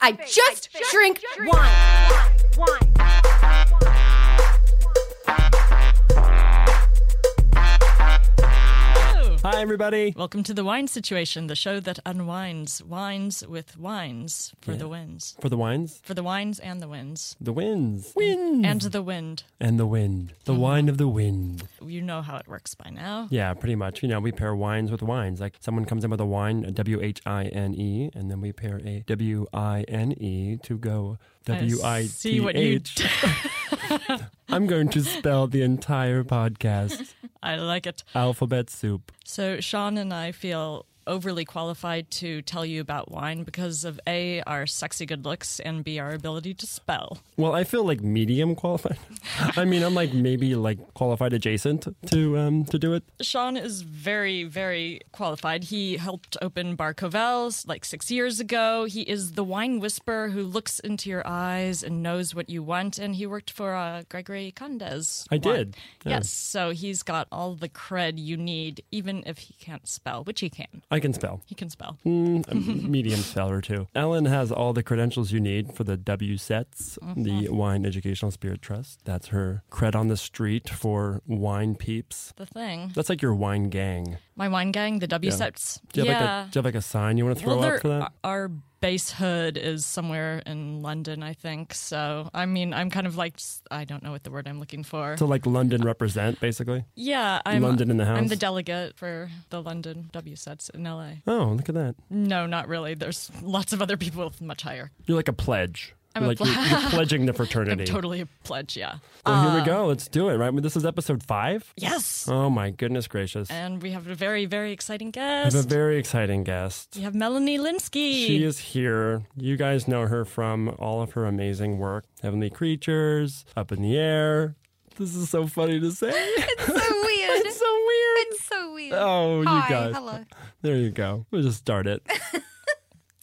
I just drink wine. Hi, everybody. Welcome to The Wine Situation, the show that unwinds wines with wines for the winds. For the wines, For the wines and the winds. the winds. Wind. And the wind. Mm-hmm. And the wind. The wine of the wind. You know how it works by now. Yeah, pretty much. You know, we pair wines with wines. Like someone comes in with a wine, a W H I N E, and then we pair a W I N E to go W I see T what you H. did. I'm going to spell the entire podcast I like it. alphabet soup. So Sean and I feel overly qualified to tell you about wine because of A, our sexy good looks, and B, our ability to spell. Well, I feel like medium qualified. I mean, I'm like maybe like qualified adjacent to um to do it. Sean is very, very qualified. He helped open Bar Covel's like six years ago. He is the wine whisperer who looks into your eyes and knows what you want. And he worked for uh, Gregory Condes. I wine. did, yeah. Yes. So he's got all the cred you need, even if he can't spell, which he can. I can spell. Mm, He can spell. a medium seller too. Ellen has all the credentials you need for the W Sets, Mm-hmm. the Wine Educational Spirit Trust. That's her cred on the street for wine peeps. The thing. That's like your wine gang. My wine gang, the W sets. Do you, have yeah. like a, do you have like a sign you want to throw well, up for that? our base hood is somewhere in London, I think. So, I mean, I'm kind of like, I don't know what the word I'm looking for. So like London represent, basically. Yeah, I'm London in the I'm house. the delegate for the London W sets in LA. Oh, look at that! No, not really. There's lots of other people with much higher. You're like a pledge. I'm you're a like you're, you're pledging the fraternity. Totally a pledge, yeah. Well, Ah. here we go. Let's do it. Right. This is episode five. Yes. Oh my goodness gracious! I And we have a very, very exciting have guest. a very exciting guest. we have Melanie Linsky. She is here. You guys know her from all of her amazing work Heavenly Creatures, Up in the Air. This is so funny to say. So weird. it's so weird. It's so weird. Oh, Hi, you guys. hello. There you go. We'll just start it.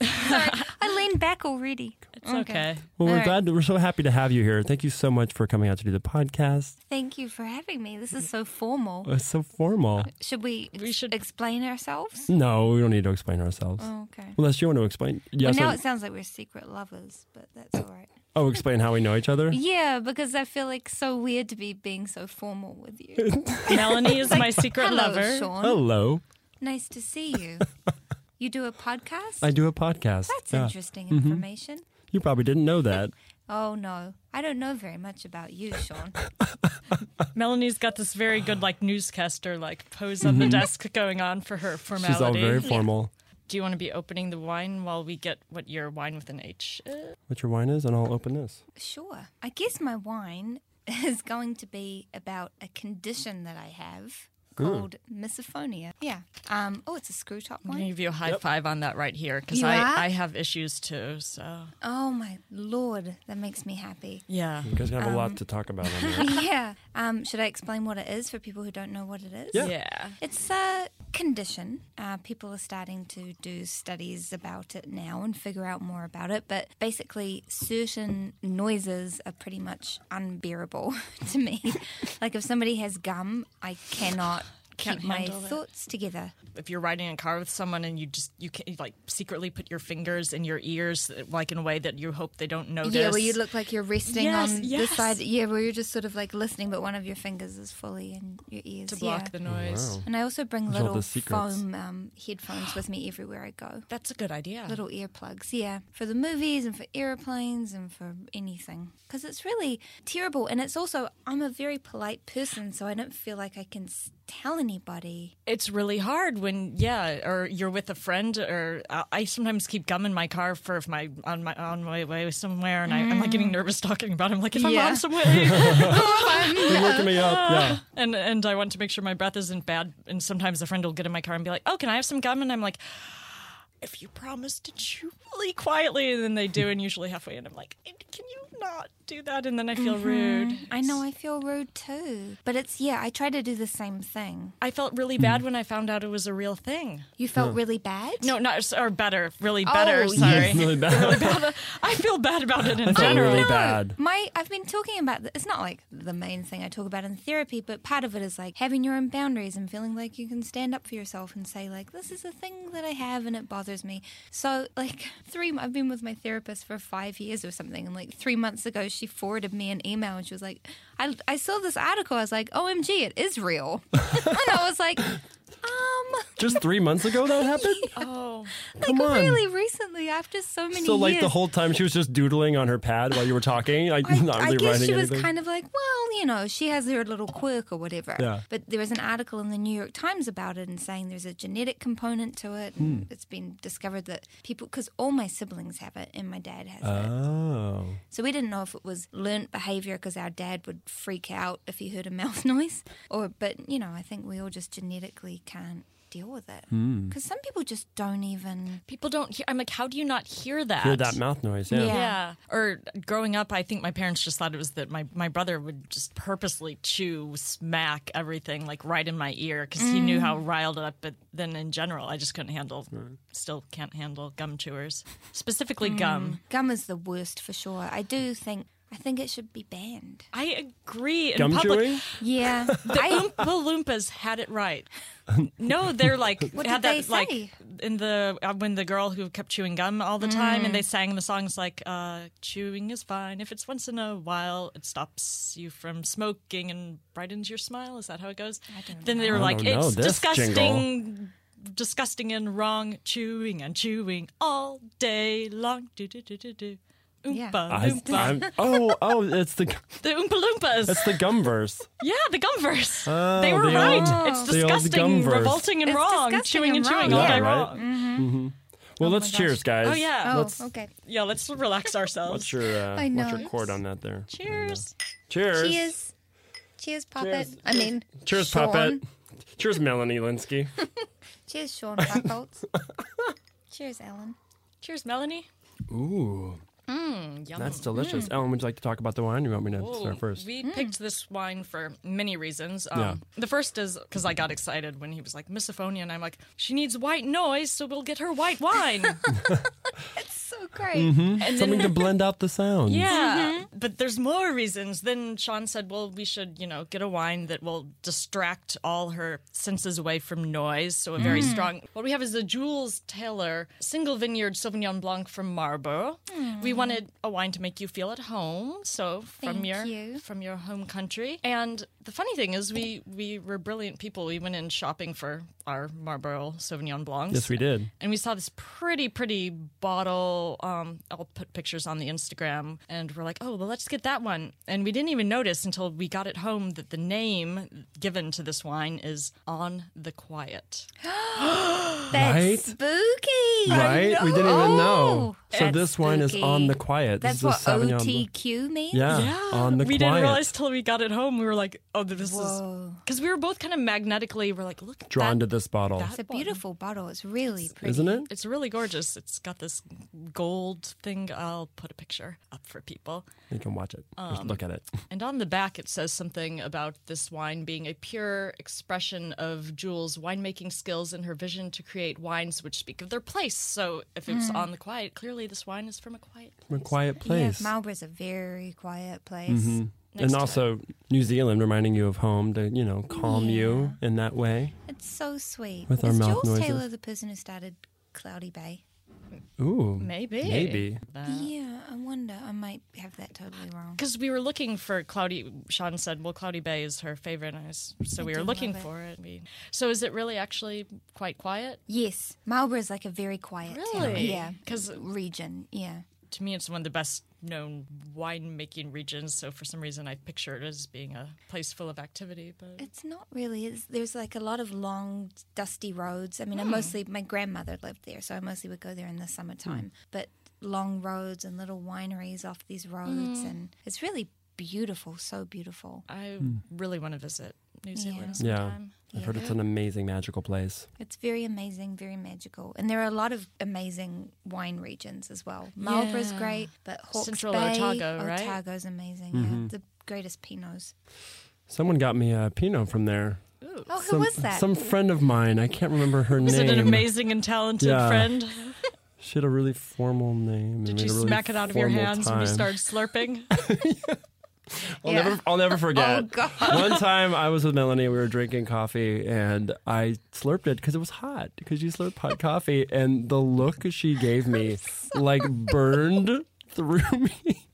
Sorry, I leaned back already. it's okay. Well, All we're right. glad. We're so happy to have you here. Thank you so much for coming out to do the podcast. Oh, Thank you for having me. This is so formal. It's so formal. Should we, We should- explain ourselves? No, we don't need to explain ourselves. Oh, okay. Unless you want to explain. Yes. well, now I- it sounds like we're secret lovers, but that's all right. oh, explain how we know each other? Yeah, because I feel like so weird to be being so formal with you. Melanie is my secret Hello, lover. Sean. Hello. Nice to see you. You do a podcast? I do a podcast. That's Yeah. Mm-hmm. interesting information. You probably didn't know that. Oh no, I don't know very much about you, Sean. Melanie's got this very good, like, newscaster, like, pose on the desk going on for her formality. Mm-hmm. She's all very formal. Do you want to be opening the wine while we get what your wine with an H is? What your wine is, and I'll open this. sure. I guess my wine is going to be about a condition that I have called misophonia. Yeah. Um. Oh, it's a screw top I'm gonna wine. give you a high five on that right here because You I, are? I have issues too. So Oh my lord, that makes me happy. yeah, You guys have a lot to talk about on here. yeah. Um. Should I explain what it is for people who don't know what it is? Yeah. yeah. It's a condition. Uh, people are starting to do studies about it now and figure out more about it. But basically, certain noises are pretty much unbearable to me. like if somebody has gum, I cannot Can't keep my handle it. thoughts together. If you're riding in a car with someone and you just you can you, like secretly put your fingers in your ears like in a way that you hope they don't notice. Yeah, where you look like you're resting Oh, Yes, on yes. the side. Yeah, where you're just sort of like listening, but one of your fingers is fully in your ears. to block yeah. the noise. Wow. and I also bring are all little the secrets. foam um, headphones with me everywhere I go. That's a good idea. little earplugs yeah for the movies and for airplanes and for anything because it's really terrible and it's also i'm a very polite person so i don't feel like i can s- tell anybody It's really hard when yeah, or you're with a friend, or I I sometimes keep gum in my car for if my on my on my way somewhere, and I, I'm like getting nervous talking about. It. I'm like if Mm. Yeah. I'm on some way, You're looking me up. Yeah. and and I want to make sure my breath isn't bad. And sometimes a friend will get in my car and be like, "Oh, can I have some gum?" And I'm like, "If you promise to chew really quietly," and then they do, and usually halfway, and I'm like, "Can you not do that, and then Mm-hmm. I feel rude. I know I feel rude too. But it's, yeah, I try to do the same thing. I felt really bad when I found out it was a real thing. You felt really bad? No, not or better, really better. Oh, sorry, Really bad. I feel bad about it in feel general. really No, bad. My, I've been talking about. th- It's not like the main thing I talk about in therapy, but part of it is like having your own boundaries and feeling like you can stand up for yourself and say like, "This is a thing that I have and it bothers me." So like three, I've been with my therapist for five years or something, and like three months ago, she forwarded me an email and she was like, "I, I saw this article. I was like, OMG, it is real," and I was like, um. Just three months ago that happened? Oh, like Come on. really recently, after so many So, years, like, the whole time she was just doodling on her pad while you were talking, like, I, not I really guess writing she was anything. kind of like, well, you know, she has her little quirk or whatever. Yeah. But there was an article in the New York Times about it and saying there's a genetic component to it. And Hmm. It's been discovered that people, because all my siblings have it and my dad has it. oh. So we didn't know if it was learnt behavior because our dad would freak out if he heard a mouth noise, or but you know I think we all just genetically can't deal with it Hmm. because some people just don't even. people don't hear. I'm like, how do you not hear that? Hear that mouth noise, yeah. Yeah. Yeah. Or growing up, I think my parents just thought it was that my, my brother would just purposely chew, smack everything like right in my ear because he knew how riled up. But then in general, I just couldn't handle, still can't handle gum chewers, specifically gum. Gum is the worst for sure. I do think I think it should be banned. I agree. In Gum public, chewing? Yeah, The Oompa Loompas had it right. No, they're like What had did they that like say? in the uh, when the girl who kept chewing gum all the time and they Mm. sang the songs like uh, chewing is fine if it's once in a while it stops you from smoking and brightens your smile is that how it goes? Then they were I like don't know it's this disgusting disgusting and wrong chewing and chewing all day long. Do do do do do. Yeah. Oompa I, Loompa. I'm, oh, oh, it's the the Oompa Loompas. it's the gum verse. Yeah, the gumverse. Oh, they were the right. old- it's the old disgusting, Gumverse. revolting, and It's wrong. disgusting Chewing and and, chewing wrong. all Yeah, day right. long. Well, Oh let's my cheers, gosh. guys. Oh yeah. Oh, Let's- okay. Yeah, let's relax ourselves. What's your uh, I know. what's your chord on that there? Cheers. Cheers. Cheers. Cheers, Puppet. Cheers. I mean, Cheers, Sean. Puppet. Cheers, Melanie Linsky. Cheers, Sean Puppets. Cheers, Ellen. Cheers, Melanie. Ooh, Yum. that's delicious. Ellen, would you like to talk about the wine? Or you want me to Ooh, start first? Mm. We picked this wine for many reasons. Um, Yeah. The first is because I got excited when he was like misophonia, and I'm like, she needs white noise, so we'll get her white wine. So great. Mm-hmm. and then Something to blend out the sound. Yeah, Mm-hmm. but there's more reasons. Then Sean said, "Well, we should, you know, get a wine that will distract all her senses away from noise." So a very strong. What we have is the Jules Taylor single vineyard Sauvignon Blanc from Marlborough. We wanted a wine to make you feel at home, so from Thank your you. from your home country. And the funny thing is, we we were brilliant people. We went in shopping for our Marlborough Sauvignon Blancs Yes, we did. and we saw this pretty pretty bottle um, i'll put pictures on the instagram and we're like oh well let's get that one and we didn't even notice until we got it home that the name given to this wine is on the quiet That's Right? spooky. Right? We didn't even Oh, know. So that's this wine is spooky. on the quiet. This That's is a what Sauvignon. OTQ means? Yeah, on the we quiet. didn't realize till we got it home we were like oh this is Whoa. because we were both kind of magnetically we're like look at Drawn that. to this bottle, that- It's a beautiful bottle. It's really pretty. isn't it? it's really gorgeous it's got this gold thing i'll put a picture up for people You can watch it. Just look at it. And on the back, it says something about this wine being a pure expression of Jules' winemaking skills and her vision to create wines which speak of their place. So if it's Hmm. on the quiet, clearly this wine is from a quiet. From a quiet Yeah, place. Mm-hmm. Marlborough's a very quiet place. and also New Zealand reminding you of home to, you know, calm you in that way. It's so sweet. With our is mouth Jules noises. Taylor the person who started Cloudy Bay? Ooh. Maybe. Maybe. yeah, I wonder. I might have that totally wrong. Because we were looking for Cloudy, Sean said, "Well, Cloudy Bay is her favorite," and I was, so we were do looking love it. for it. We- So is it really actually quite quiet? Yes, Marlborough's like a very quiet town. Really? Yeah, 'Cause- region. Yeah. To me, it's one of the best known winemaking regions. So for some reason, I picture it as being a place full of activity. But It's not really. It's, there's like a lot of long, dusty roads. I mean, I mostly my grandmother lived there, so I mostly would go there in the summertime. But long roads and little wineries off these roads, and it's really beautiful. So beautiful. I really want to visit New Zealand Hmm. Yeah. sometime. I've heard it's an amazing, magical place. It's very amazing, very magical. And there are a lot of amazing wine regions as well. Marlborough's Yeah. great, but Hawke's Central Bay, Otago, right? Otago's amazing. Yeah. The greatest pinots. Someone got me a Pinot from there. Oh, who some, was that? Some friend of mine. I can't remember her Is name. it an amazing and talented Yeah. friend? She had a really formal name. Did and you a really smack it out of your formal hands when you time. started slurping? I'll Yeah. never, I'll never forget. Oh, God. One time I was with Melanie, we were drinking coffee, and I slurped it because it was hot. Because you slurp hot coffee, and the look she gave me, like burned through me,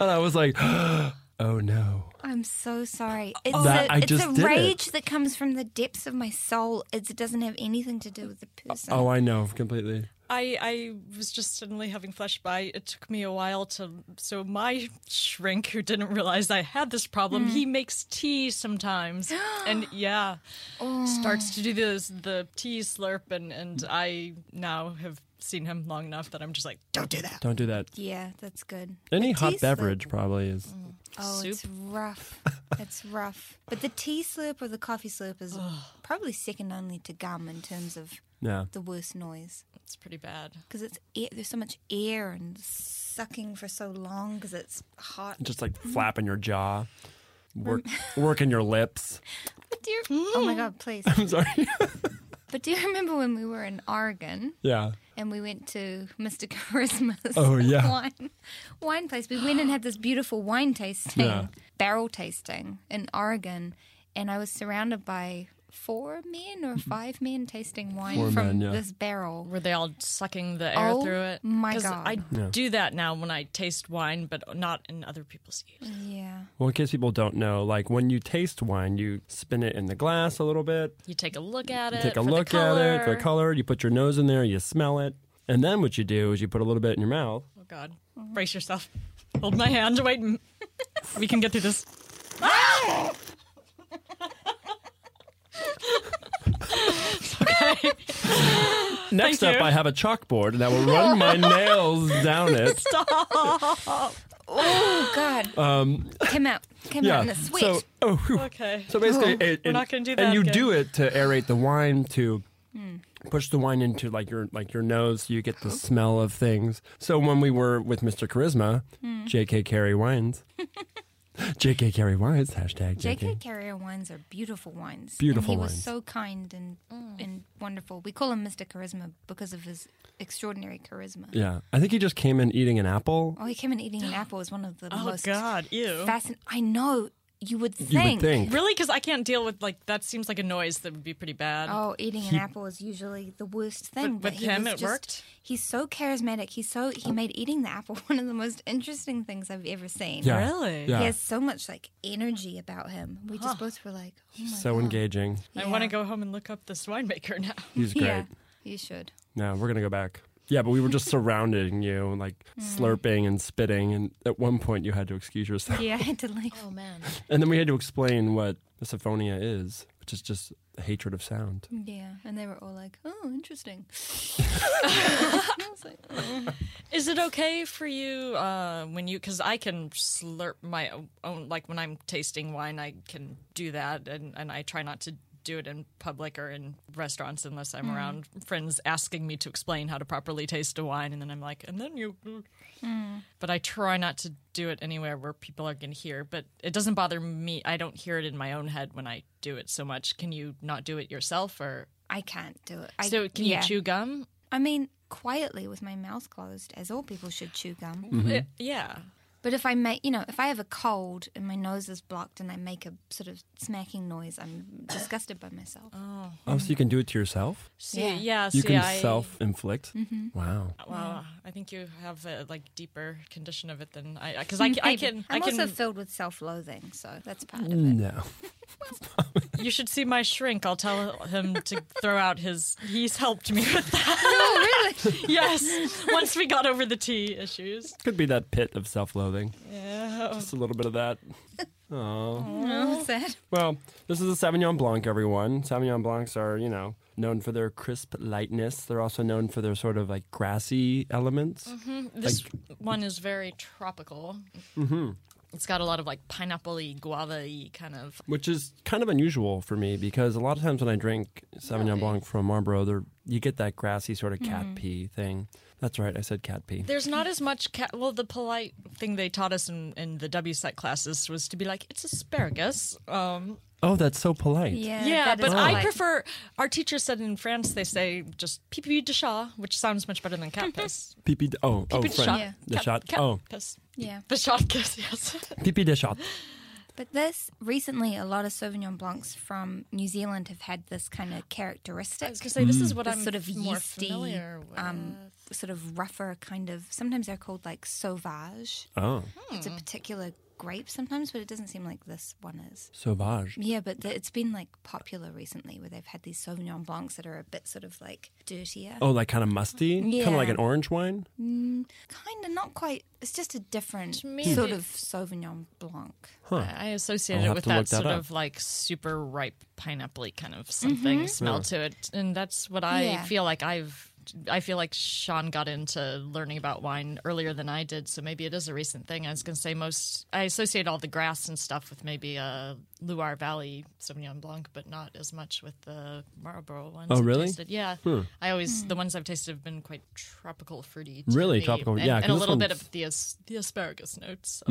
and I was like, "Oh no!" I'm so sorry. It's That- a, I it's just a did it. rage that comes from the depths of my soul. It's, it doesn't have anything to do with the person. Oh, I know completely. I, I was just suddenly having flashby. It took me a while to. So my shrink, who didn't realize I had this problem, he Hmm. makes tea sometimes, and yeah, Oh. starts to do this the tea slurp, and and I now have seen him long enough that I'm just like, don't do that. Don't do that. Yeah, that's good. Any The hot tea slurp- beverage probably is. Oh, it's rough. it's rough. But the tea slurp or the coffee slurp is probably second only to gum in terms of Yeah. the worst noise It's pretty bad. because it's air, there's so much air and sucking for so long because it's hot. Just like Mm-hmm. flapping your jaw, work, working your lips. But do you, oh my god, please! I'm sorry. But do you remember when we were in Oregon? yeah. and we went to Mr. Charisma's Oh, yeah. wine wine place. We went and had this beautiful wine tasting, Yeah. barrel tasting in Oregon, and I was surrounded by four men or five men tasting wine Mm-hmm. Four from men, yeah. this barrel. Were they all sucking the air Oh through it? my 'Cause God. I do that now when I taste wine, but not in other people's ears. Yeah. Well, in case people don't know, like when you taste wine, you spin it in the glass a little bit, You take a look at it. take a Uh, for the look at it, the color. color, you put your nose in there, you smell it. And then what you do is you put a little bit in your mouth. Oh God! Brace yourself. Hold my hand. Wait, m- we can get through this. Next Thank up, you. I have a chalkboard and I will run my nails down it. Oh God. came out. Came out in Um, Yeah. the sweat. So, oh, whew. Okay. so basically, it, We're not gonna do and that you again. Hmm. do it to aerate the wine to push the wine into like your like your nose, so you get the smell of things. So when we were with Mr. Charisma, Hmm. J.K. Carey wines, J.K. Carey wines hashtag J.K. Carrier wines are beautiful wines. Beautiful and he wines. was so kind and Mm. and wonderful. We call him Mr. Charisma because of his extraordinary charisma. Yeah, I think he just came in eating an apple. Oh, he came in eating an apple is one of the Oh most God! Ew. fascinating. I know you would think. You would think. Really? Because I can't deal with like that. Seems like a noise that would be pretty bad. Oh, eating an apple is usually the worst thing. But but with he him, was it just- worked? He's so charismatic. He's so he made eating the apple one of the most interesting things I've ever seen. Yeah. Really? Yeah. He has so much like energy about him. We just both were like, oh my so God. engaging. I Yeah. want to go home and look up this winemaker now. He's great. Yeah, you should. No, we're gonna go back. Yeah, but we were just surrounding you and like Hmm. slurping and spitting, and at one point you had to excuse yourself, Yeah, I had to leave. Oh man. and then we had to explain what misophonia is, which is just hatred of sound. Yeah, and they were all like, "Oh, interesting." I was like, Is it okay for you uh, when you? Because I can slurp my o- own. Like when I'm tasting wine, I can do that, and and I try not to do it in public or in restaurants unless Mm. I'm around friends asking me to explain how to properly taste a wine, and then I'm like, and then you. Mm. But I try not to do it anywhere where people are going to hear. But it doesn't bother me. I don't hear it in my own head when I do it so much. Can you not do it yourself, or I can't do it. I, so? Can yeah. you chew gum? I mean, quietly with my mouth closed, as all people should chew gum. Mm-hmm. Uh, yeah. But if I make, you know, if I have a cold and my nose is blocked and I make a sort of smacking noise, I'm disgusted by myself. Mm. Oh, so you can do it to yourself? See, yeah. Yeah. You see, can I- E. Mm-hmm. self-inflict. Wow. Wow, I think you have a like deeper condition of it than I because I, ca- I Maybe. can I I'm can. Mm. also filled with self-loathing, so that's part of it. No. you should see my shrink. I'll tell him to throw out his. He's helped me with that. oh, really? Yes, once we got over the tea issues. Could be that pit of self-loathing. Yeah. Just a little bit of that. Oh. No, sad. Well, this is a Sauvignon Blanc, everyone. Sauvignon Blancs are, you know, known for their crisp lightness. They're also known for their sort of Mm-hmm. like grassy elements. This one is very tropical. It's got a lot of like pineapple-y, guava-y kind of. Which is kind of unusual for me because a lot of times when I drink Sauvignon Really? Mm-hmm. Blanc from Marlborough, there you get that grassy sort of cat pee thing. That's right, I said cat pee. There's not as much. Ca- well, the polite thing they taught us in, in the WSET classes was to be like, it's asparagus. Um, Oh, that's so polite. Yeah, yeah, that is but I like- prefer. Our teacher said in France they say just pipi de chat, which sounds much better than cat piss. Pee pee. Oh, oh, Pipi de French. chat. Mm-hmm. Yeah. The Cat- shot. cat oh, piss. Yeah, The shot kiss, yes. pee pee de shot. but this recently, a lot of Sauvignon Blancs from New Zealand have had this kind of characteristic. I was going to say, this is what This Mm. I'm sort of more yeasty, familiar with. um, sort of rougher kind of. Sometimes they're called like sauvage. Oh, It's Hmm. a particular grape sometimes, but it doesn't seem like this one is. sauvage. Yeah, but th it's been like popular recently where they've had these Sauvignon Blancs that are a bit sort of like dirtier. Oh, like kind of musty, kind Yeah. of like an orange wine. Kind of not quite. It's just a different me, sort it- of Sauvignon Blanc. I associate I'll it have with to that, look that sort up. of like super ripe pineapple kind of something smell to it. And that's what I Yeah. feel like I've. I feel like Sean got into learning about wine earlier than I did, so maybe it is a recent thing. I was going to say most I associate all the grass and stuff with maybe a Loire Valley Sauvignon Blanc, but not as much with the Marlborough ones. Oh, I've really? tasted. Yeah, I always the ones I've tasted have been quite tropical, fruity. to Really me, tropical, and, yeah, 'cause and a this little bit one's- Mm-hmm. of the as, the asparagus notes.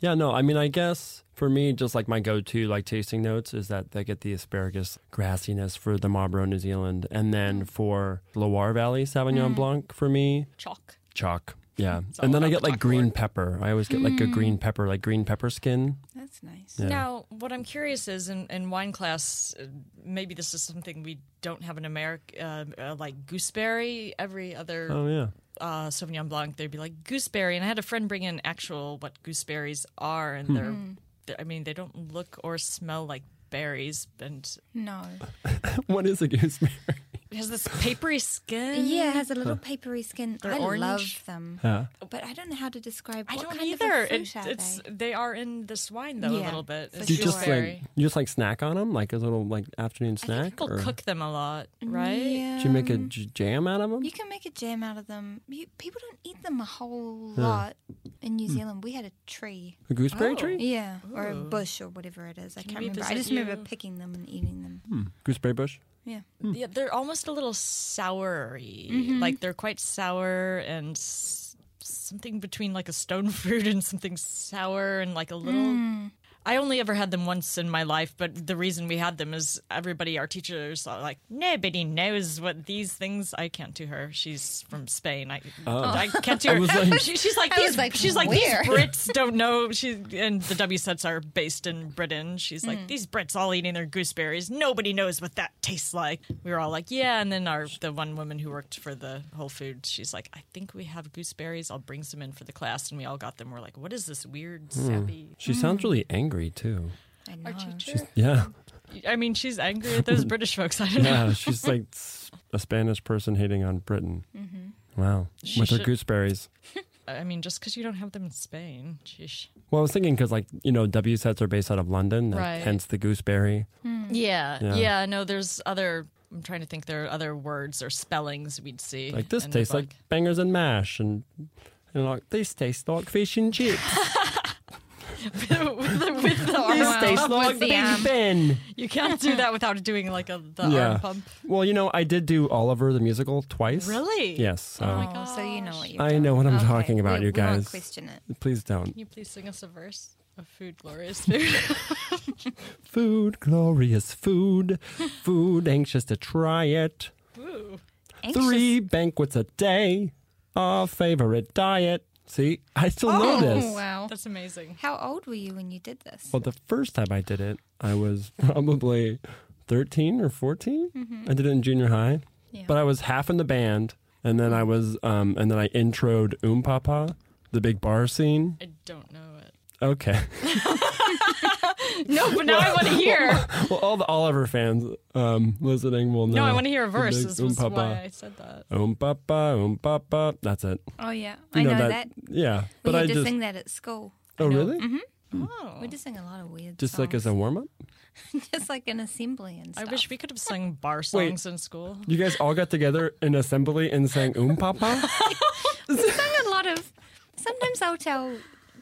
Yeah, no, I mean, I guess for me, just like my go-to like tasting notes is that they get the asparagus grassiness for the Marlborough New Zealand, and Mm. then for Loire Valley Sauvignon Blanc for me, Chalk. chalk. Yeah, Mm. all and then I about get the Mm. like chalk green pepper. I always get like a green pepper, like green pepper skin. That's nice. Now, what I'm curious is in, in wine class, uh, maybe this is something we don't have in America, uh, uh, like gooseberry. Every other Oh yeah, uh, Sauvignon Blanc, they'd be like gooseberry. And I had a friend bring in actual what gooseberries are, Hmm. and they're, Hmm. they're, I mean, they don't look or smell like berries, and No. Uh, what is a gooseberry? it has this papery skin. Yeah, it has a little papery skin. They're I orange. love them. Yeah. But I don't know how to describe I what don't kind either. of a fruit It- are it's they. they? are in this wine though a Yeah, little bit. for It's Do you just like gooseberry. you just like snack on them, like a little like afternoon I think snack, people cook them a lot, Mm, right? do you make a j- jam out of them? You can make a jam out of them. You, people don't eat them a whole lot in Hmm. New Zealand. We had a tree. A gooseberry Oh. tree, Yeah, or a bush or whatever it is. I can't we remember. I visit just remember you? picking them and eating them. Hmm. gooseberry bush. Yeah. Yeah, they're almost a little soury. Like they're quite sour and s- something between like a stone fruit and something sour and like a little. I only ever had them once in my life, but the reason we had them is everybody, our teachers, are like nobody knows what these things. I can't do her. She's from Spain. I, I can't do her. Oh. was like- She- she's like I was these. like, she's like where? these Brits don't know. She and the W sets are based in Britain. She's Mm. like these Brits all eating their gooseberries. Nobody knows what that tastes like. We were all like, yeah. And then our the one woman who worked for the Whole Foods, she's like, I think we have gooseberries. I'll bring some in for the class. And we all got them. We're like, what is this weird Hmm. sappy? She sounds really angry too. I know. Our teacher. Yeah. I mean, she's angry at those British folks. I don't know. Yeah, she's like s- a Spanish person hating on Britain. Mm-hmm. Wow, She with her should- gooseberries. I mean, just because you don't have them in Spain, sheesh. Well, I was thinking because like you know W sets are based out of London, like, Right. hence the gooseberry. Mm. Yeah, Yeah. yeah, No, there's other. I'm trying to think. There are other words or spellings we'd see. Like this and tastes it's like bangers and mash, and and like this tastes like fish and chips. with the, with the arm this wow. tastes With like the Big arm. Ben. You can't do that without doing like a the Yeah. arm pump. Well, you know, I did do Oliver the musical twice. Really? Yes. So Oh, so you know what you're. I doing. know what I'm Okay, talking about, we- you we won't guys. question it. Please don't. Can you please sing us a verse of "Food Glorious Food"? Food, glorious food, food, anxious to try it. Ooh. Anxious. Three banquets a day, our favorite diet. See, I still Oh, know this. Oh, wow. That's amazing. How old were you when you did this? Well, the first time I did it, I was probably 13 or 14. Mm-hmm. I did it in junior high, Yeah. but I was half in the band, and then I was, um, and then I introed Um Papa, the big bar scene. I don't know it. Okay. No, but now I want to hear. well, all the Oliver fans um, listening will know. No, I want to hear a the verse. big This was why I said that. Um Papa, Um Papa. That's it. oh yeah, You I know, that. Yeah, We but I had to just. sing that at school. oh, really? Oh. Mm. We just sing a lot of weird. Just like as a songs. warm up? just like an assembly and I stuff. wish we could have sung bar songs in school. You guys all got together in assembly and sang Um Papa? sung a lot of. Sometimes I'll tell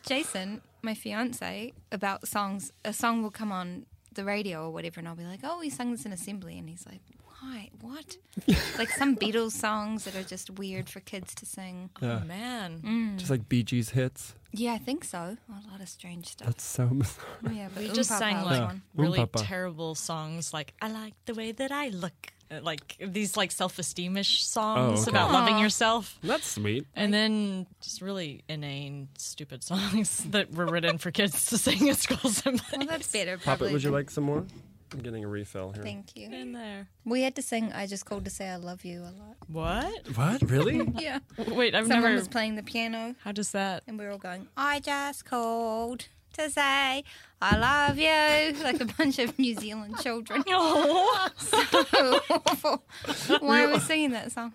Jason my fiance about songs. A song will come on the radio or whatever, and I'll be like, "Oh, he sung this in assembly," and he's like, "Why? What?" like some Beatles songs that are just weird for kids to sing. Oh, man. Just like Bee Gees hits. Yeah, I think so. a lot of strange stuff. That's so bizarre. yeah, but We just Oom Papa sang was like one. Oom really Papa. terrible songs, like "I like the way that I look," Uh, like these like self-esteemish songs Oh, okay. about loving Aw. yourself, That's sweet. and then just really inane, stupid songs that were written for kids to sing at school. Well, Someplace that's better. Pop Probably. it. Would you than- like some more? I'm getting a refill here. Thank you. in there. We had to sing "I Just Called to Say I Love You" a lot. What? What? Really? Yeah, Wait, I've someone never. was playing the piano. How does that? And we were all going, I just called to say I love you, like a bunch of New Zealand children. Oh, So awful. Why are we singing that song?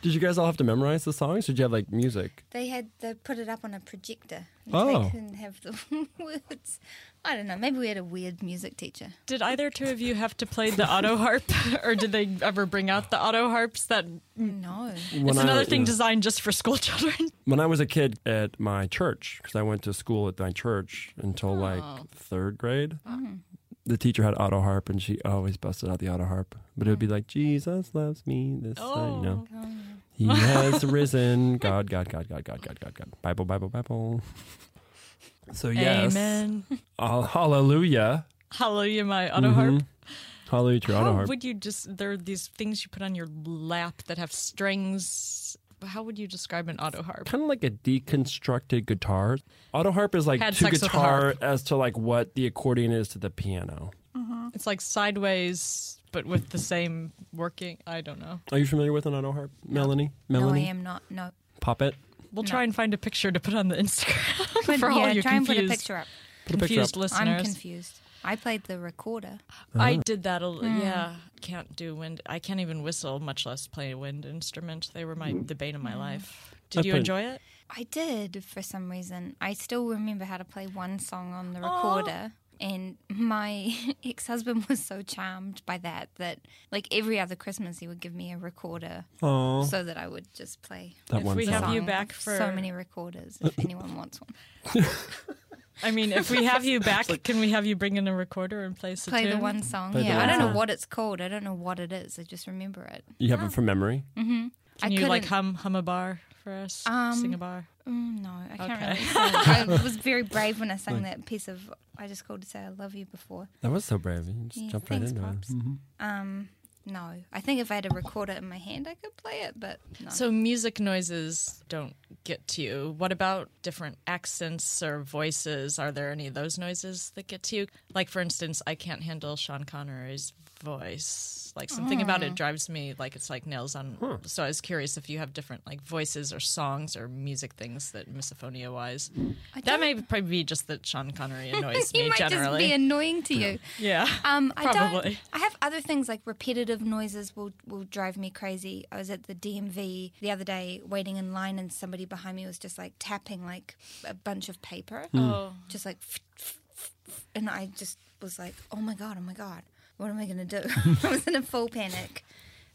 Did you guys all have to memorize the songs? Did you have like music? They had they put it up on a projector. And Oh. They couldn't have the words. I don't know. Maybe we had a weird music teacher. did either two of you have to play the auto harp, or did they ever bring out the auto harps? That No. When it's I- another thing yeah. designed just for school children. when I was a kid at my church, because I went to school at my church until Oh. like third grade, Uh-huh. the teacher had auto harp and she always busted out the auto harp. But it would be like, Jesus loves me. This, Oh. uh, you know, He has risen. God, God, God, God, God, God, God, God. Bible, Bible, Bible. So, yes. Amen. All, hallelujah. Hallelujah, my auto harp. Hallelujah to Mm-hmm. your auto How harp. would you just? There are these things you put on your lap that have strings. How would you describe an auto harp? kind of like a deconstructed guitar. Auto harp is like Had to sex with a guitar harp. as to like what the accordion is to the piano. It's like sideways, but with the same working. I don't know. Are you familiar with an auto harp, Melanie? Melanie, No, I am not. No. pop it. We'll try and find a picture to put on the Instagram for yeah, all you try and put a confused, picture up. Put a picture confused up. Uh-huh. I'm listeners. confused. I played the recorder. I did that. A, l- Hmm. Yeah, can't do wind. I can't even whistle, much less play a wind instrument. They were my the bane of Hmm. my life. Did I you played- enjoy it? I did for some reason. I still remember how to play one song on the recorder. And my ex husband was so charmed by that that, like, every other Christmas he would give me a recorder Oh, so that I would just play. that If one we song. have you song. back I have for- so many recorders if Uh, anyone wants one. I mean, if we have you back, can we have you bring in a recorder and play us a Play the tune? one song. Play the yeah, I one don't song. know what it's called. I don't know what it is. I just remember it. Mm-hmm. you have it from memory. I Can you like couldn't- hum hum a bar for us? Sing a bar. Mm, no, I can't Okay. remember. sing. I was very brave when I sang that piece of I just called to say I love you before. That was so brave. You just Yeah, jumped right thanks, into Pops. it. Um, no, I think if I had a recorder in my hand, I could play it. But no. So music noises don't get to you. What about different accents or voices? Are there any of those noises that get to you? Like for instance, I can't handle Sean Connery's voice. Like something about it drives me like it's like nails on. So I was curious if you have different like voices or songs or music things that misophonia wise. That may probably be just that Sean Connery annoys he me might just generally. be annoying to you. yeah. Um, I Probably. don't. I have other things like repetitive noises will will drive me crazy. I was at the DMV the other day waiting in line, and somebody behind me was just like tapping like a bunch of paper, Oh. just like, and I just was like, oh my god, oh my god, what am I gonna do? I was in a full panic,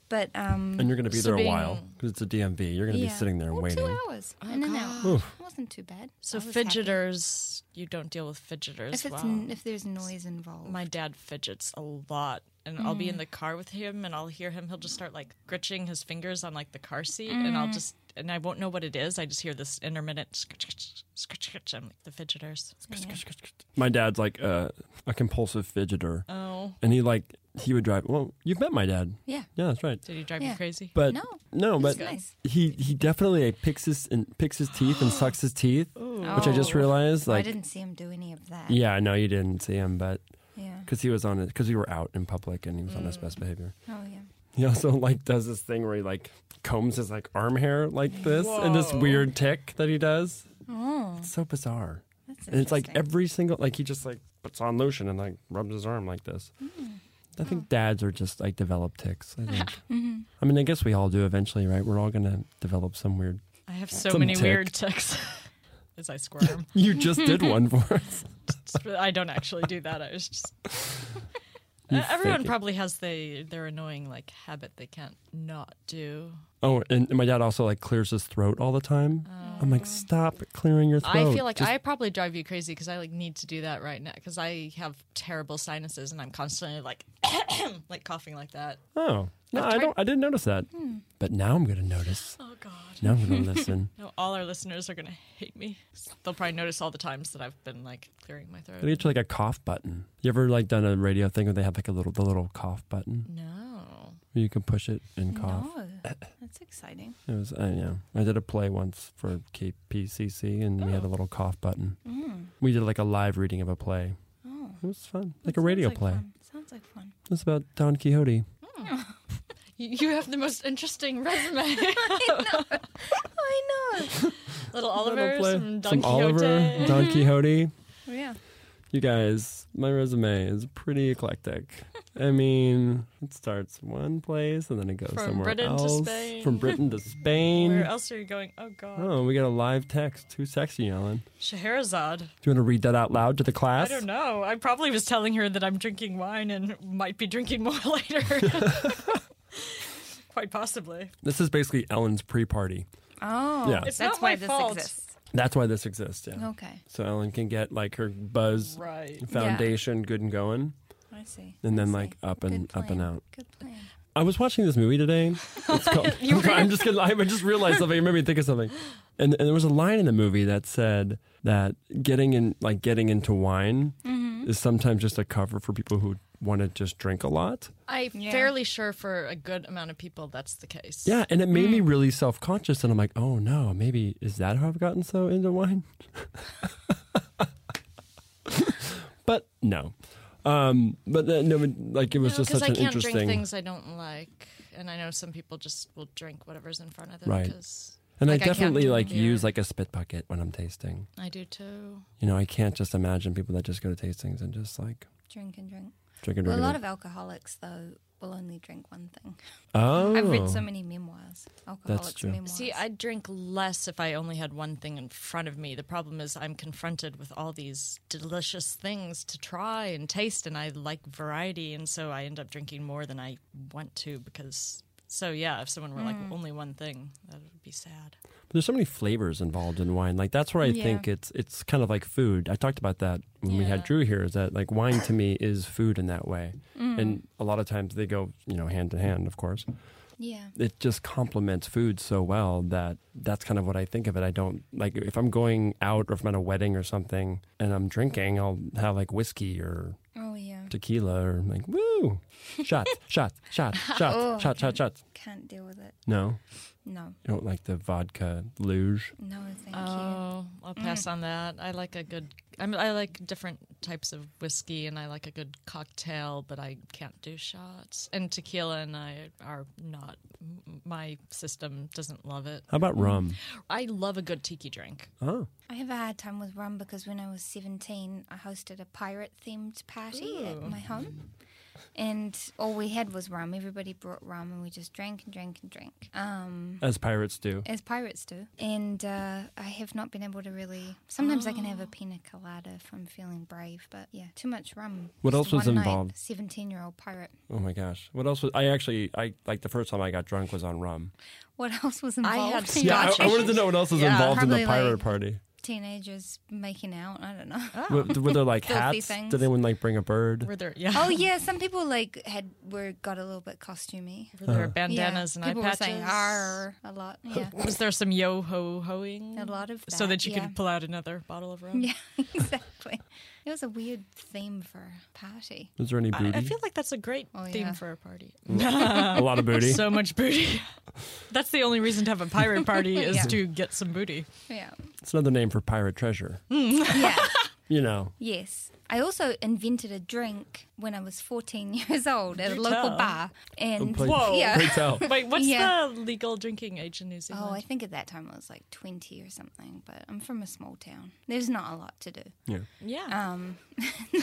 but um, And you're going to be So there being- a while because it's a DMV. You're going to yeah. be sitting there Well, waiting. two hours in and out. It wasn't too bad. Oh So I was happy. fidgeters, you don't deal with fidgeters. If it's wow. n- if there's noise involved, my dad fidgets a lot and i'll Mm. be in the car with him and i'll hear him he'll just start like gritching his fingers on like the car seat and Mm. i'll just and i won't know what it is i just hear this intermittent scritch, scritch, scritch. i'm like the fidgeters My dad's like a, a compulsive fidgeter, oh and he like he would drive. Well, you've met my dad. yeah, Yeah, that's right. did he drive you Yeah. crazy But No. but nice. he he definitely like, picks his and picks his teeth and sucks his teeth, which I just Oh. realized. I Like, didn't see him do any of that. yeah, I know you didn't see him, but Yeah. because he was on it because we were out in public and he was on his best behavior. Oh yeah. He also like does this thing where he like combs his like arm hair like this and this Whoa. weird tick that he does. Oh, It's so bizarre. that's And it's like interesting. every single like he just like puts on lotion and like rubs his arm like this. I Oh. think dads are just like develop ticks. I think. Mm-hmm. I mean, I guess we all do eventually, right? We're all gonna develop some weird. i have so Some many tick. weird ticks as i squirm You just did one for us. i don't actually do that i was just You Uh, everyone fake it. probably has the their annoying like habit they can't not do Oh, and my dad also like clears his throat all the time. I'm like, stop clearing your Oh. I throat. feel like Just- I probably drive you crazy because I like need to do that right now because I have terrible sinuses and I'm constantly like like coughing like that. oh no, I don't. I didn't notice that, Hmm. but now I'm gonna notice. Oh god. Now I'm gonna listen. No, all our listeners are gonna hate me. They'll probably notice all the times that I've been like clearing my They throat. get you like a cough button. You ever like done a radio thing where they have like a little the little cough button No. where you can push it and cough? Hmm. No, that's exciting. It was I know. I did a play once for KPCC and we had a Oh. little cough button. We did like a live reading of a play. Hmm. Oh, It was fun, that like a sounds radio play. fun. Sounds like fun. It was about Don Quixote. You, you have the most interesting resume. I know. Little Oliver, Little play. some Don Some Quixote. Oliver, Don Quixote. Yeah. You guys, my resume is pretty eclectic. I mean, it starts one place and then it goes From somewhere Britain to else. Spain. From Britain to Where Spain. else are you going? Oh god. Oh, we got a live text. Who's sexy, Ellen? Scheherazade. Do you want to read that out loud to the I class? don't know. I probably was telling her that I'm drinking wine and might be drinking more later. Quite possibly. This is basically Ellen's pre-party. Oh, Yeah. It's that's not why my this fault. exists. That's why this exists. Yeah. Okay, So Ellen can get like her buzz Oh. Right. foundation good and going, I see. and I then see. like up Good and up plan. and out. Good plan. I was watching this movie today. It's called, I'm just gonna. I just realized something. It made me think of something. And, and there was a line in the movie that said that getting in, like getting into wine, Mm-hmm. is sometimes just a cover for people who want to just drink a lot. I'm Yeah. fairly sure for a good amount of people that's the case. Yeah, and it made me Mm. really self conscious. And I'm like, oh no, maybe is that how I've gotten so into wine? but no. Um, but uh, no, but, like it was just because such I an can't interesting. drink things I don't like, and I know some people just will drink whatever's in front of them. Right. 'cause and like, I I can't definitely drink like beer. use like a spit bucket when I'm tasting. I do too. You know, I can't just imagine people that just go to tastings and just like Drink and drink. drink and Well, drink. a lot and of alcoholics though will only drink one thing. drink. oh, I've read so many memoirs. Alcoholics true. memoirs. See, I'd drink less if I only had one thing in front of me. The problem is I'm confronted with all these delicious things to try and taste, and I like variety, and so I end up drinking more than I want to because. So yeah, if someone were like only one thing, that would be sad. There's so many flavors involved in wine. Like that's where I Yeah. think it's it's kind of like food. I talked about that when we had Yeah. Drew here. Is that like wine to me is food in that way, Mm. and a lot of times they go you know hand to hand. Of course, yeah. it just complements food so well that that's kind of what I think of it. I don't like if I'm going out or if I'm at a wedding or something and I'm drinking, I'll have like whiskey or Oh yeah. tequila or like woo shots shots shots shots Oh, shots shots shots. Can't deal with it. No, No. you don't like the vodka luge. No, thank you. Oh, I'll pass on that. I like a good. I mean, I like different types of whiskey, and I like a good cocktail, but I can't do shots. And tequila and I are not. m- My system doesn't love it. How Mm. about rum? I love a good tiki drink. Oh. I have a hard time with rum because when I was 17, I hosted a pirate themed party at my home. And all we had was rum. Everybody brought rum and we just drank and drank and drank. Um, as pirates do. as pirates do. And uh, I have not been able to really. Sometimes I can have a pina colada if I'm feeling brave, but yeah, too much rum. What Just else was one night, involved? Seventeen-year-old pirate. Oh my gosh! What else was I actually? I like the first time I got drunk was on rum. What else was I involved? had Yeah, Gotcha. I, I wanted to know what else was Yeah. involved in Probably, the pirate like- party. Teenagers making out. I don't know. Were, were there like Filthy hats? things. Did anyone like bring a bird? Were there? Yeah. Oh yeah, some people like had were got a little bit costumey. Were there bandanas yeah. and people eye were patches? saying "Arr" a lot. Yeah, Was there some yo ho hoing? a lot of that. So that you yeah. could pull out another bottle of rum. Yeah, exactly. It was a weird theme for a party. Was there any I, booty? I feel like that's a great Oh, theme yeah. for a party. a lot of booty. So much booty. That's the only reason to have a pirate party is Yeah. to get some booty. Yeah. it's another name for pirate treasure. Yeah. You know, Yes. I also invented a drink when I was 14 years old at a You local tell. bar. And Please- Whoa. yeah. please tell. Wait, what's Yeah. the legal drinking age in New Zealand? Oh, I think at that time I was like 20 or something, but I'm from a small town. There's not a lot to do. Yeah. yeah. Um,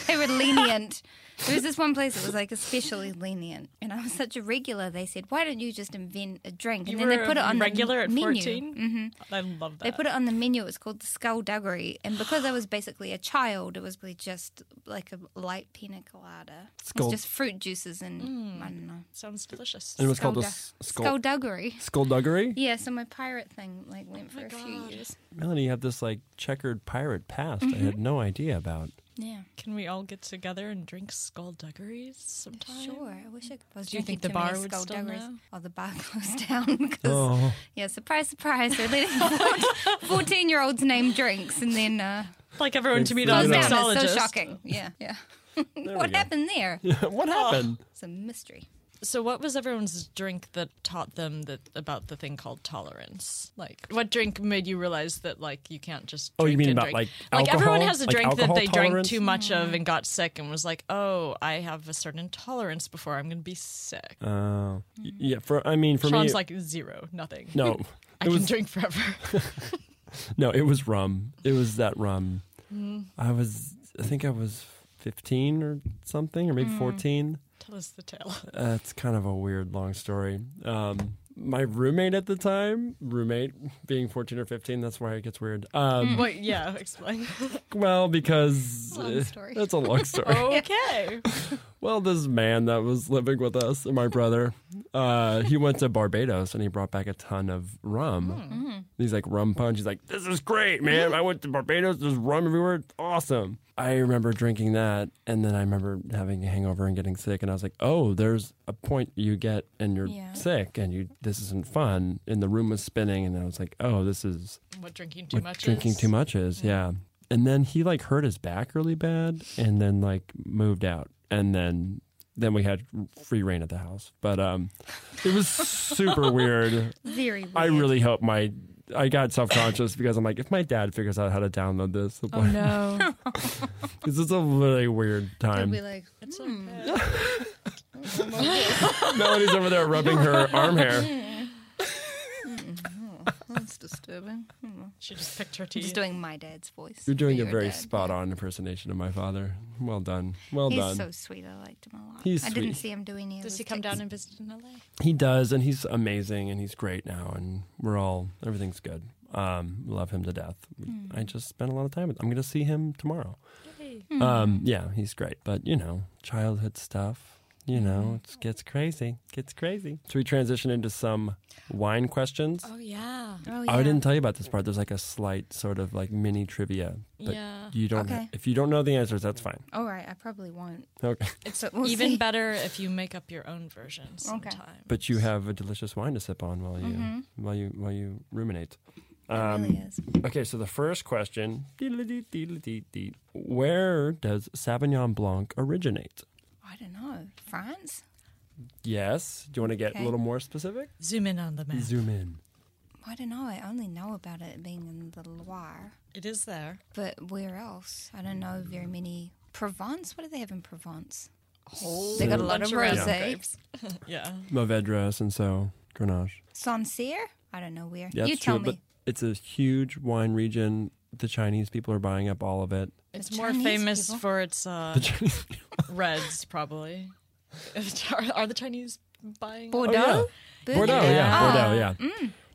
they were lenient. there was this one place that was like especially lenient, and I was such a regular. They said, "Why don't you just invent a drink?" And you then were they put it a on regular the at menu. Mm-hmm. 14? I love that. They put it on the menu. It was called the skullduggery, and because I was basically a child, it was really just just like a light pina colada. It's Scold- just fruit juices and Mm. I don't know. Sounds delicious. And it was called a Skolda- s- skol- Skullduggery. skullduggery. Yeah, so my pirate thing like Oh went for a few years. Melanie, you have this like checkered pirate past I had no idea about. Yeah. Can we all get together and drink skullduggeries sometime? Sure. I wish I was Do you drinking think the too many bar would still skullduggeries. know? Oh, the bar closed down because Oh. yeah, surprise, surprise. They're letting fourteen-year-olds name drinks, and then uh, Like everyone to meet Close on closed As a down. It's so mixologist. shocking. Yeah, yeah. what go. happened there? what happened? It's a mystery. So, what was everyone's drink that taught them that about the thing called tolerance? Like, what drink made you realize that like you can't just? Oh, you drink mean and about, drink? like, everyone alcohol? has a Like, drink that alcohol they drank tolerance? too much of Mm. and got sick and was like, oh, I have a certain tolerance before I'm going to be sick. Oh. Y- yeah. For I mean, for Sean's me, like zero, nothing. no, I it can was drink forever. no, it was rum. It was that rum. Mm-hmm. I was, I think I was fifteen or something, or maybe Mm. fourteen. Tell us the tale. Uh, it's kind of a weird long story. Um, my roommate at the time, roommate being fourteen or fifteen, that's where it gets weird. Um, Wait, yeah, explain. Well, because Mm. Long uh, story. that's a long story. okay. Well, this man that was living with us, my brother, uh, he went to Barbados and he brought back a ton of rum. He's like, rum punch. He's like, this is great, man. I went to Barbados. There's rum everywhere. It's awesome. I remember drinking that. And then I remember having a hangover and getting sick. And I was like, oh, there's a point you get and you're Yeah. sick and you this isn't fun. And the room was spinning. And I was like, oh, this is What drinking too what much drinking is. too much is yeah and then he like hurt his back really bad and then like moved out and then then we had free reign at the house but um it was super weird Very. Weird. i really hope my I got self conscious because I'm like, if my dad figures out how to download this, Oh no! this is a really weird They'll time. be like, It's "Hmm, okay. Melody's over there rubbing her arm hair. that's disturbing. Hmm. She just picked her Just teeth. doing my dad's voice. You're doing for a your very dad. spot on impersonation of my father. Well done. Well He's done. so sweet. I liked him a lot. He's I didn't sweet. see him do any of Does his he come tics. down and visit in LA? He does, and he's amazing, and he's great now, and we're all everything's good. Um, love him to death. I Mm. just spent a lot of time with. I'm going to see him tomorrow. Hmm. Mm-hmm. Um, yeah, he's great, but you know, childhood stuff. You Mm-hmm. know, it gets crazy. Gets crazy. So we transition into some wine questions. Oh yeah, Oh, I yeah. didn't tell you about this part. There's like a slight sort of like mini trivia, but yeah. you don't. Okay. If you don't know the answers, that's fine. All right, I probably won't. Okay. It's we'll Even see. better if you make up your own version sometime. But you have a delicious wine to sip on while you while you while you ruminate. Mm-hmm. Um, It really is. Okay, so the first question Dee-la-dee-dee-la-dee-dee. Where does Sauvignon Blanc originate? I don't know. France? Yes. Do you want to get a Okay. little more specific? Zoom in on the map. Zoom in. I don't know. I only know about it being in the Loire, It is there. but where else? I don't know very many. Provence? What do they have in Provence? they got a lot of bunch of random rosé. Yeah. Movedras and so Grenache. Sancerre? I don't know where. Yeah, you it's tell true, me. But it's a huge wine region. The Chinese people are buying up all of it. It's The more Chinese famous people. for its uh, The Chinese oh, reds, probably. are, are the Chinese buying? Bordeaux? Mm. Burgundy? Bordeaux, yeah. Yeah. Bordeaux, yeah.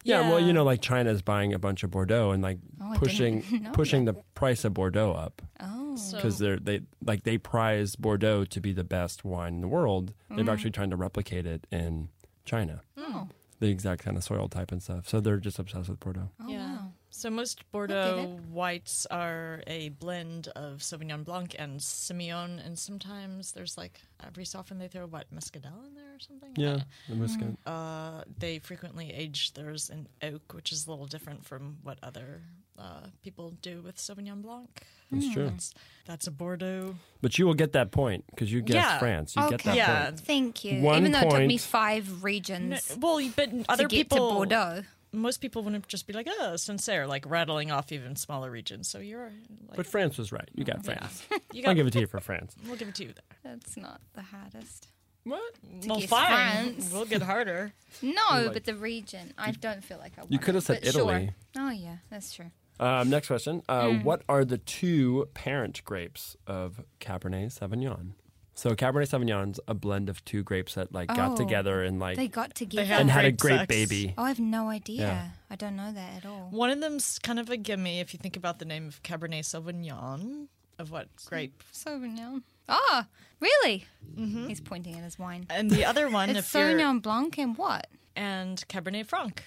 yeah. well, Yeah. you know, like China's buying a bunch of Bordeaux and like Oh, I pushing didn't know pushing the price of Bordeaux up. Ah, Oh. So because they're they like they prize Bordeaux to be the best wine in the world. They're actually trying to replicate it in China, Oh. the exact kind of soil type and stuff. So they're just obsessed with Bordeaux. Oh, yeah. wow. So most Bordeaux whites are a blend of Sauvignon Blanc and Semillon, and sometimes there's like every so often they throw what Muscadel in there or something. I Yeah, the Muscat. uh, they frequently age theirs in oak, which is a little different from what other uh, people do with Sauvignon Blanc. That's true. That's, that's a Bordeaux. But you will get that point because you guessed Yeah. France. You get that Okay. Yeah. point. Thank you. One Even though it took me point. five regions Well, but to other get people, to Bordeaux. most people wouldn't just be like, oh, sincere, like rattling off even smaller regions. So you're like, But France was right. You got yeah. France. you I'll got, give it to you for France. we'll give it to you there. That's not the hardest. What? well, guess fine. France. We'll get harder. No, like- but the region. I don't feel like I. You want could have it, said but sure. Italy. Oh yeah, that's true. Um, next question. Uh, What are the two parent grapes of Cabernet Sauvignon? So Cabernet Sauvignon's a blend of two grapes that like Oh. got together and like They got together. had and had a Grape great sex. baby. oh, I have no idea. Yeah. I don't know that at all. One of them's kind of a gimme if you think about the name of Cabernet Sauvignon. of what grape. Sauvignon. Ah, really? He's pointing at his wine. Mm-hmm. And the other one, It's if you're, Sauvignon Blanc and what? and Cabernet Franc.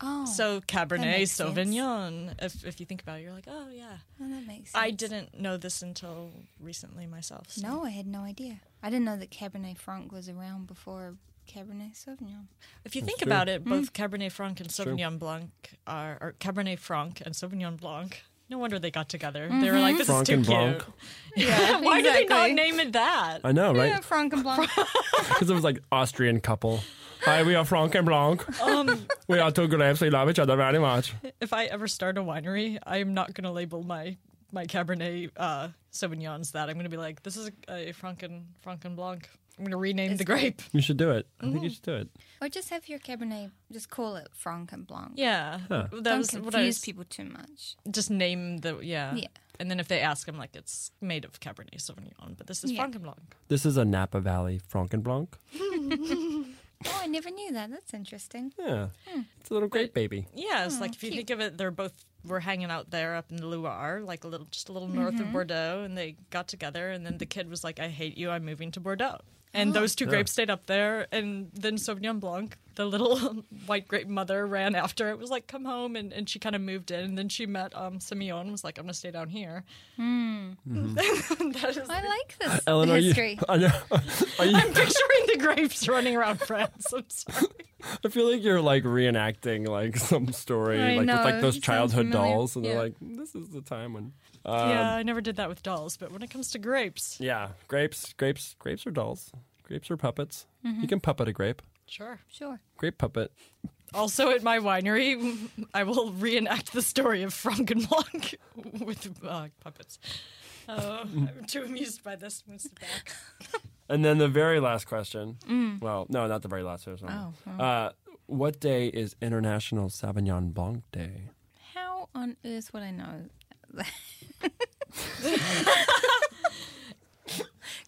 Oh, So Cabernet makes sense. Sauvignon. If, if you think about it, you're like, oh yeah. well, that makes sense. I didn't know this until recently myself. so- No, I had no idea. I didn't know that Cabernet Franc was around before Cabernet Sauvignon. If you think true. about Mm-hmm. it, both Cabernet Franc and true. Sauvignon Blanc are or Cabernet Franc and Sauvignon Blanc. No wonder they got together. They were like, "This Franc is too and cute." Blanc. Yeah, why did they not Mm-hmm. exactly. name it that? I know, Yeah, right? Franc and Blanc. Because it was like Austrian couple. Hi, we are Frank and Blanc. Um, We are two grapes. We love each other very much. if I ever start a winery, I'm not going to label my my Cabernet uh, Sauvignons that. I'm going to be like, "This is a, a Franc and Franc and Blanc." I'm going to rename the grape. You should do it. I think you should do it. or just have your Cabernet, just call it Franc and Blanc. Yeah, that Don't was confuse what I was, people too much. just name the yeah. Yeah. And then if they ask, I'm like, "It's made of Cabernet Sauvignon, but this is Yeah. Franc and Blanc." This is a Napa Valley Frank and Blanc. Oh, I never knew that. That's interesting. Yeah. Hmm. It's a little grape baby. Yeah, it's like if you think of it, they're both were hanging out there up in the Loire, like a little, just a little north of Bordeaux, and they got together, and then the kid was like, "I hate you, I'm moving to Bordeaux." And those two grapes stayed up there, and then Sauvignon Blanc, the little white grape mother, ran after it. Was like, "Come home," and, and she kind of moved in. And then she met um, Simeon, was like, "I'm gonna stay down here." that is, I like this Eleanor, you, history. I know. Are you, I'm picturing the grapes running around France. I'm sorry. I feel like you're like reenacting like some story, I like with know, like it those sounds childhood familiar. dolls, and Yeah. they're like, "This is the time when." yeah, I never did that with dolls, but when it comes to grapes, Yeah, grapes, grapes, grapes are dolls. Grapes are puppets. Mm-hmm. You can puppet a grape. sure. Sure. Grape puppet. Also at my winery, I will reenact the story of Frankenblanc with uh, puppets. Oh, I'm too amused by this. I'm gonna sit back. And then the very last question. Well, no, not the very last. There's one. Mm. Oh, Uh, what day is International Sauvignon Blanc Day? How on earth would I know? Because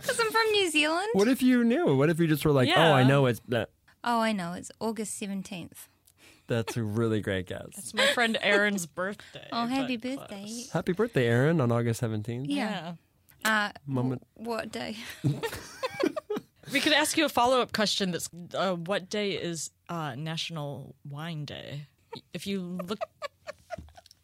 I'm from New Zealand. What if you knew? What if you just were like, "Oh, I Yeah. know it's that." Oh, I know. It's August 17th. That's a really great guess. It's my friend Aaron's birthday. Oh, happy but birthday. close. Happy birthday, Aaron, on August seventeenth. Yeah. Uh, Moment. what day? We could ask you a follow up question that's uh, what day is uh, National Wine Day? If you look.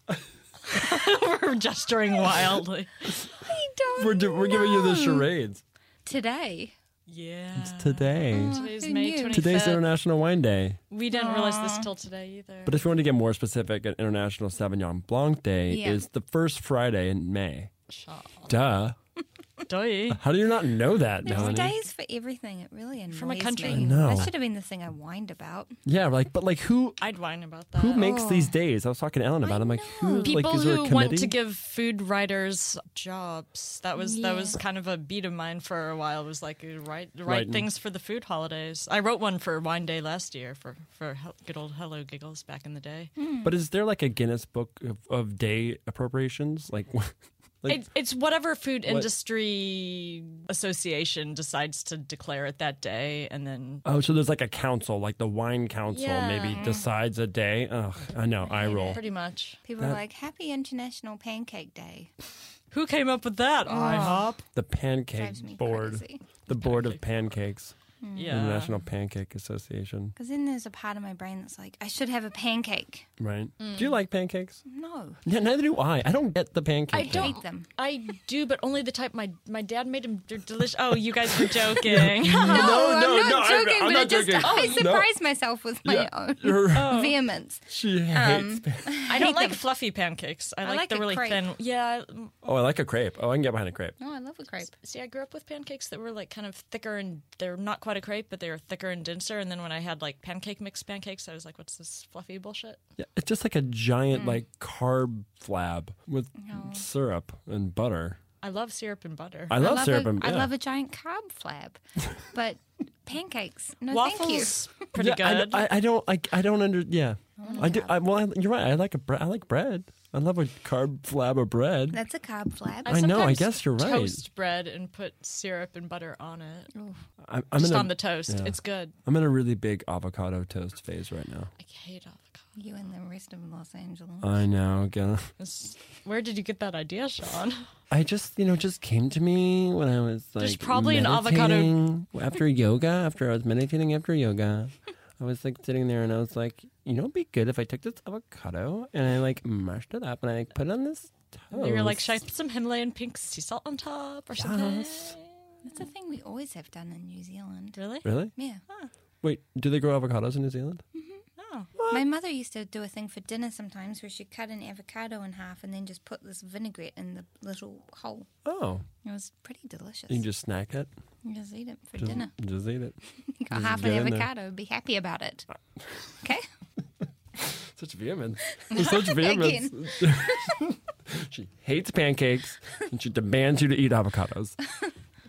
We're gesturing wildly. I don't We're, do- we're giving you the know. charades Today. Yeah. today. Mm. Today's Who May knew? 25th. Today's International Wine Day. we didn't realize this till today either. But if you want to get more specific, an International Sauvignon Blanc Day Yeah. is the first Friday in May. Shaw. Duh. Doy. How do you not know that, There's Melanie? days for everything. It really annoys From a country. me. I know. That should have been the thing I whined about. Yeah, like, but like, who I'd whine about that. who makes Oh. these days? I was talking to Ellen about. it. I'm like, who? People like, is there a who committee? want to give food writers jobs. That was Yeah. that was kind of a beat of mine for a while. It was like uh, write write Writing. things for the food holidays. I wrote one for Wine Day last year for for hel- good old Hello Giggles back in the day. but is there like a Guinness Book of, of Day appropriations? Like, like It's, it's whatever food industry association decides to declare it that day, and then oh, so there's like a council, like the wine council, Yeah. maybe decides a day. Ugh, I know, I roll. pretty much. People are like, Happy International Pancake Day. Who came up with that? Oh. IHOP. The pancake Drives me board, crazy. the board of pancakes, Yeah. International Pancake Association. Because then there's a part of my brain that's like, I should have a pancake. Right? Mm. Do you like pancakes? No. Yeah, neither do I. I don't get the pancake. I thing. don't- Hate them. I do, but only the type my my dad made them. They're delicious. Oh, you guys were joking. No, Oh, no, Oh, I'm no, not I'm- joking, I'm but not I just joking. I No. surprised myself with my Yeah, own Oh. Um. you're right. Oh. vehemence. She hates. pan- I don't like fluffy pancakes. I, like, like the a really crepe. thin. Yeah. oh, I like a crepe. Oh, I can get behind a crepe. No, I love a crepe. See, I grew up with pancakes that were like kind of thicker and they're not quite a crepe, but they were thicker and denser. And then when I had like pancake mix pancakes, I was like, what's this fluffy bullshit? Yeah, it's just like a giant like carb flab with syrup and butter. I love syrup and butter. I love, I love, syrup a, and I yeah. love a giant carb flab, but pancakes. No, Waffles, pretty Yeah, I- good. I, I, don't. I, I don't under. Yeah, I do. I, well, I, you're right. I like a bre- I like bread. I love a carb flab of bread. That's a carb flab. I know, I sometimes guess you're right. Toast bread and put syrup and butter on it. I'm, I'm Just in a, on the toast. yeah. It's good. I'm in a really big avocado toast phase right now. I hate avocado. You and the rest of Los Angeles. I know. Again, Where did you get that idea, Sean? I just you know just came to me when I was like There's probably an avocado- meditating after yoga. After I was meditating after yoga, I was like sitting there and I was like, you know, it'd be good if I took this avocado and I like mashed it up and I like put it on this toast. You were like, should I put some Himalayan pink sea salt on top or something? Oh. Yes. That's a thing we always have done in New Zealand. Really? Really? Yeah. Wait, do they grow avocados in New Zealand? Oh. My mother used to do a thing for dinner sometimes where she'd cut an avocado in half and then just put this vinaigrette in the little hole. Oh, It was pretty delicious. you can just snack it. You just eat it for Just, dinner. just eat it. You got just half an get in there. avocado. Be happy about it. Okay? Such vehemence. Such vehemence. she hates pancakes and she demands you to eat avocados.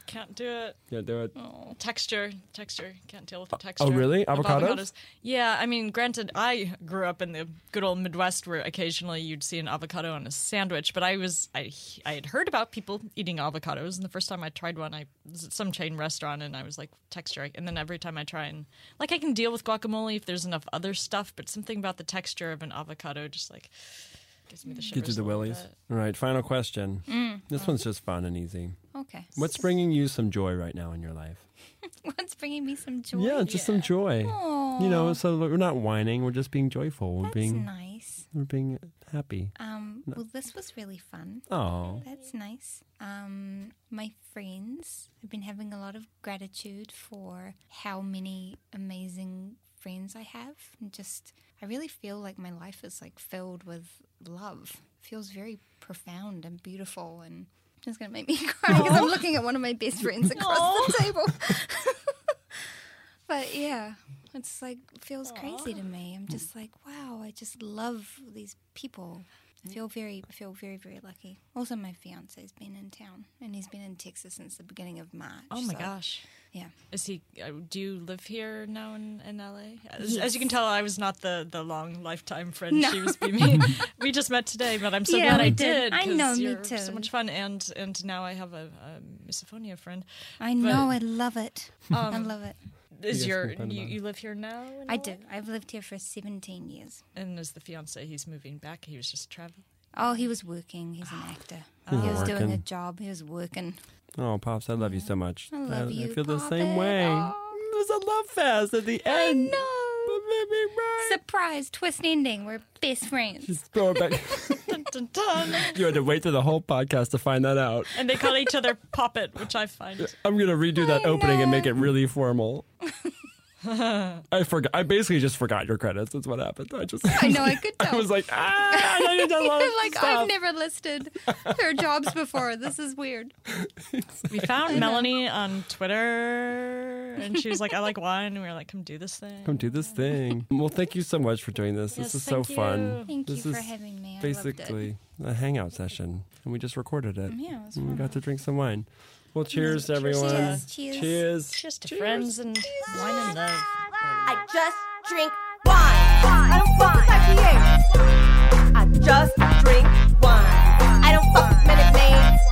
Can't do it. Yeah, do it. Texture, texture. Can't deal with the texture. Uh, oh, really? of Avocados? Yeah, I mean, granted, I grew up in the good old Midwest where occasionally you'd see an avocado on a sandwich, but I was I I had heard about people eating avocados, and the first time I tried one, I was at some chain restaurant, and I was like texture, and then every time I try and like I can deal with guacamole if there's enough other stuff, but something about the texture of an avocado just like gives me the shivers. Get Mm. you the a little willies. bit. All right, final question. Mm, This one's just fun and easy. Okay. What's bringing you some joy right now in your life? What's bringing me some joy? Yeah, just some joy. You know, Aw. so we're not whining. We're just being joyful. We're That's being nice. we're being happy. Um, well, this was really fun. Oh, That's nice. Um, my friends, I've been having a lot of gratitude for how many amazing friends I have. And just, I really feel like my life is like filled with love. feels very profound and beautiful and it's going to make me cry because I'm looking at one of my best friends across the table. But yeah, it's like feels crazy to me. I'm just like, wow, I just love these people. I feel very, I feel very, very lucky. Also, my fiance's been in town, and he's been in Texas since the beginning of March. Oh my so- gosh. Yeah, Is he? uh, Do you live here now in, in LA? As, as you can tell, I was not the, the long lifetime friend No. she was beaming. we just met today, but I'm so Yeah, glad I we did. did. I 'cause know, me you're too. So much fun, and and now I have a, a misophonia friend. Um, I know, I love it. I love it. Is guys your complain you, about it. you live here now? in Um, I LA? do. I've lived here for 17 years. And is the fiance? He's moving back. He was just traveling. Oh, he was working. He's an actor. He was He was doing a working. job. He was working. oh, pops, I love you so much. I love I you, feel the same Poppet. way. Mm, Aw. There's a love fest at the I know. end. know. Surprise, twist ending. We're best friends. Throw it back. Dun, dun, dun. You had to wait through the whole podcast to find that out. and they call each other poppet, which I find. I'm gonna redo that I opening and know. make it really formal. I forgot. I basically just forgot your credits. That's what happened. I just. I know, I could I tell. was like, ah, I know you've done a lot of like stuff. I've never listed her jobs before. This is weird. We found Melanie on Twitter, and she was like, "I like wine," and we were like, "Come do this thing." Come do this thing. Well, thank you so much for doing this. Yes, this is so thank you. fun. Thank This you for is having me. I loved it. Basically, a hangout session, and we just recorded it. Yeah, it was and we fun. got to drink some wine. Well, cheers, Cheers. everyone. Cheers. Cheers. Cheers. Cheers to friends and wine and love. I just drink wine. I don't fuck with IPAs. I just drink wine. I don't fuck with minute maids.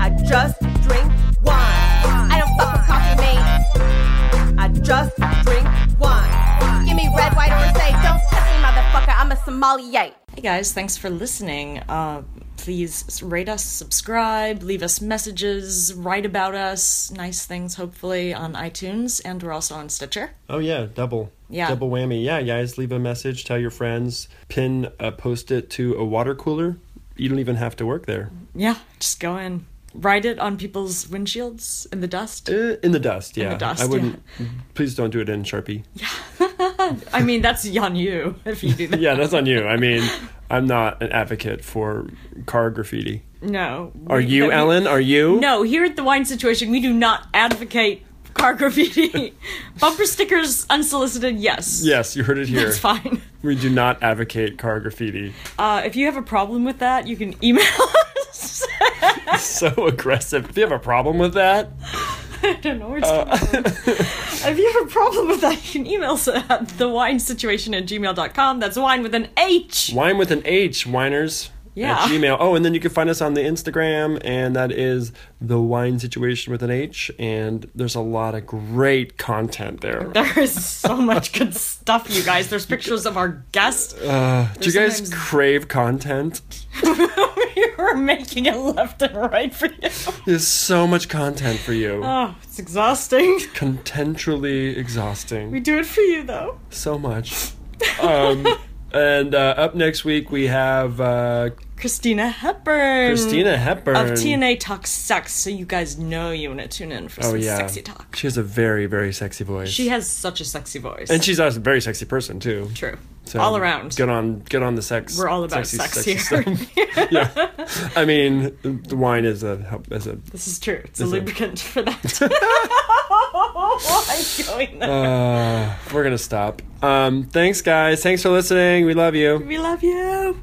I just drink wine. I don't fuck with coffee maids. I just drink wine. Give me red, white, or say, don't touch me, motherfucker. I'm a sommelier. Hey guys, thanks for listening. Uh, please rate us, subscribe, leave us messages, write about us, nice things hopefully on iTunes, and we're also on Stitcher. Oh yeah, double. Yeah. Double whammy. Yeah, guys, leave a message, tell your friends, pin a post it to a water cooler. You don't even have to work there. Yeah, just go in. Write it on people's windshields in the dust. Eh, in the dust, yeah. dust, I wouldn't please don't do it in Sharpie. I mean, that's on you if you do that. Yeah, that's on you. I mean, I'm not an advocate for car graffiti. No. Are you, Ellen? Ellen? Are you? No, here at the wine situation, we do not advocate car graffiti. Bumper stickers, unsolicited, yes. Yes, you heard it here. It's fine. We do not advocate car graffiti. Uh, if you have a problem with that, you can email us. So aggressive. If you have a problem with that, I don't know where it's coming from. Uh. If you have a problem with that, you can email us at thewine at gmail.com. That's wine with an H. Wine with an H, whiners. Yeah. At Gmail. Oh, and then you can find us on the Instagram, and that is the wine situation with an H. And there's a lot of great content there. There is so much good stuff, you guys. There's pictures of our guests. Uh, Do you guys Uh, sometimes- crave content? we are making it left and right for you. There's so much content for you. Oh, it's exhausting. Contentually We exhausting. do it for you, though. So much. Um, and uh, up next week, we have uh, Christina Hepburn. Christina Hepburn. Of TNA Talks Sex, so you guys know you want to tune in for Oh, some yeah. sexy talk. She has a very, very sexy voice. She has such a sexy voice. and she's also a very sexy person, too. True. So all around. Get on, get on the sex. We're all about sexy, sex sexy here. stuff. yeah, I mean, the wine is a help. Is a This is true. It's a Is it? lubricant for that. Why going there? uh, we're gonna stop. Um, thanks, guys. Thanks for listening. We love you. we love you.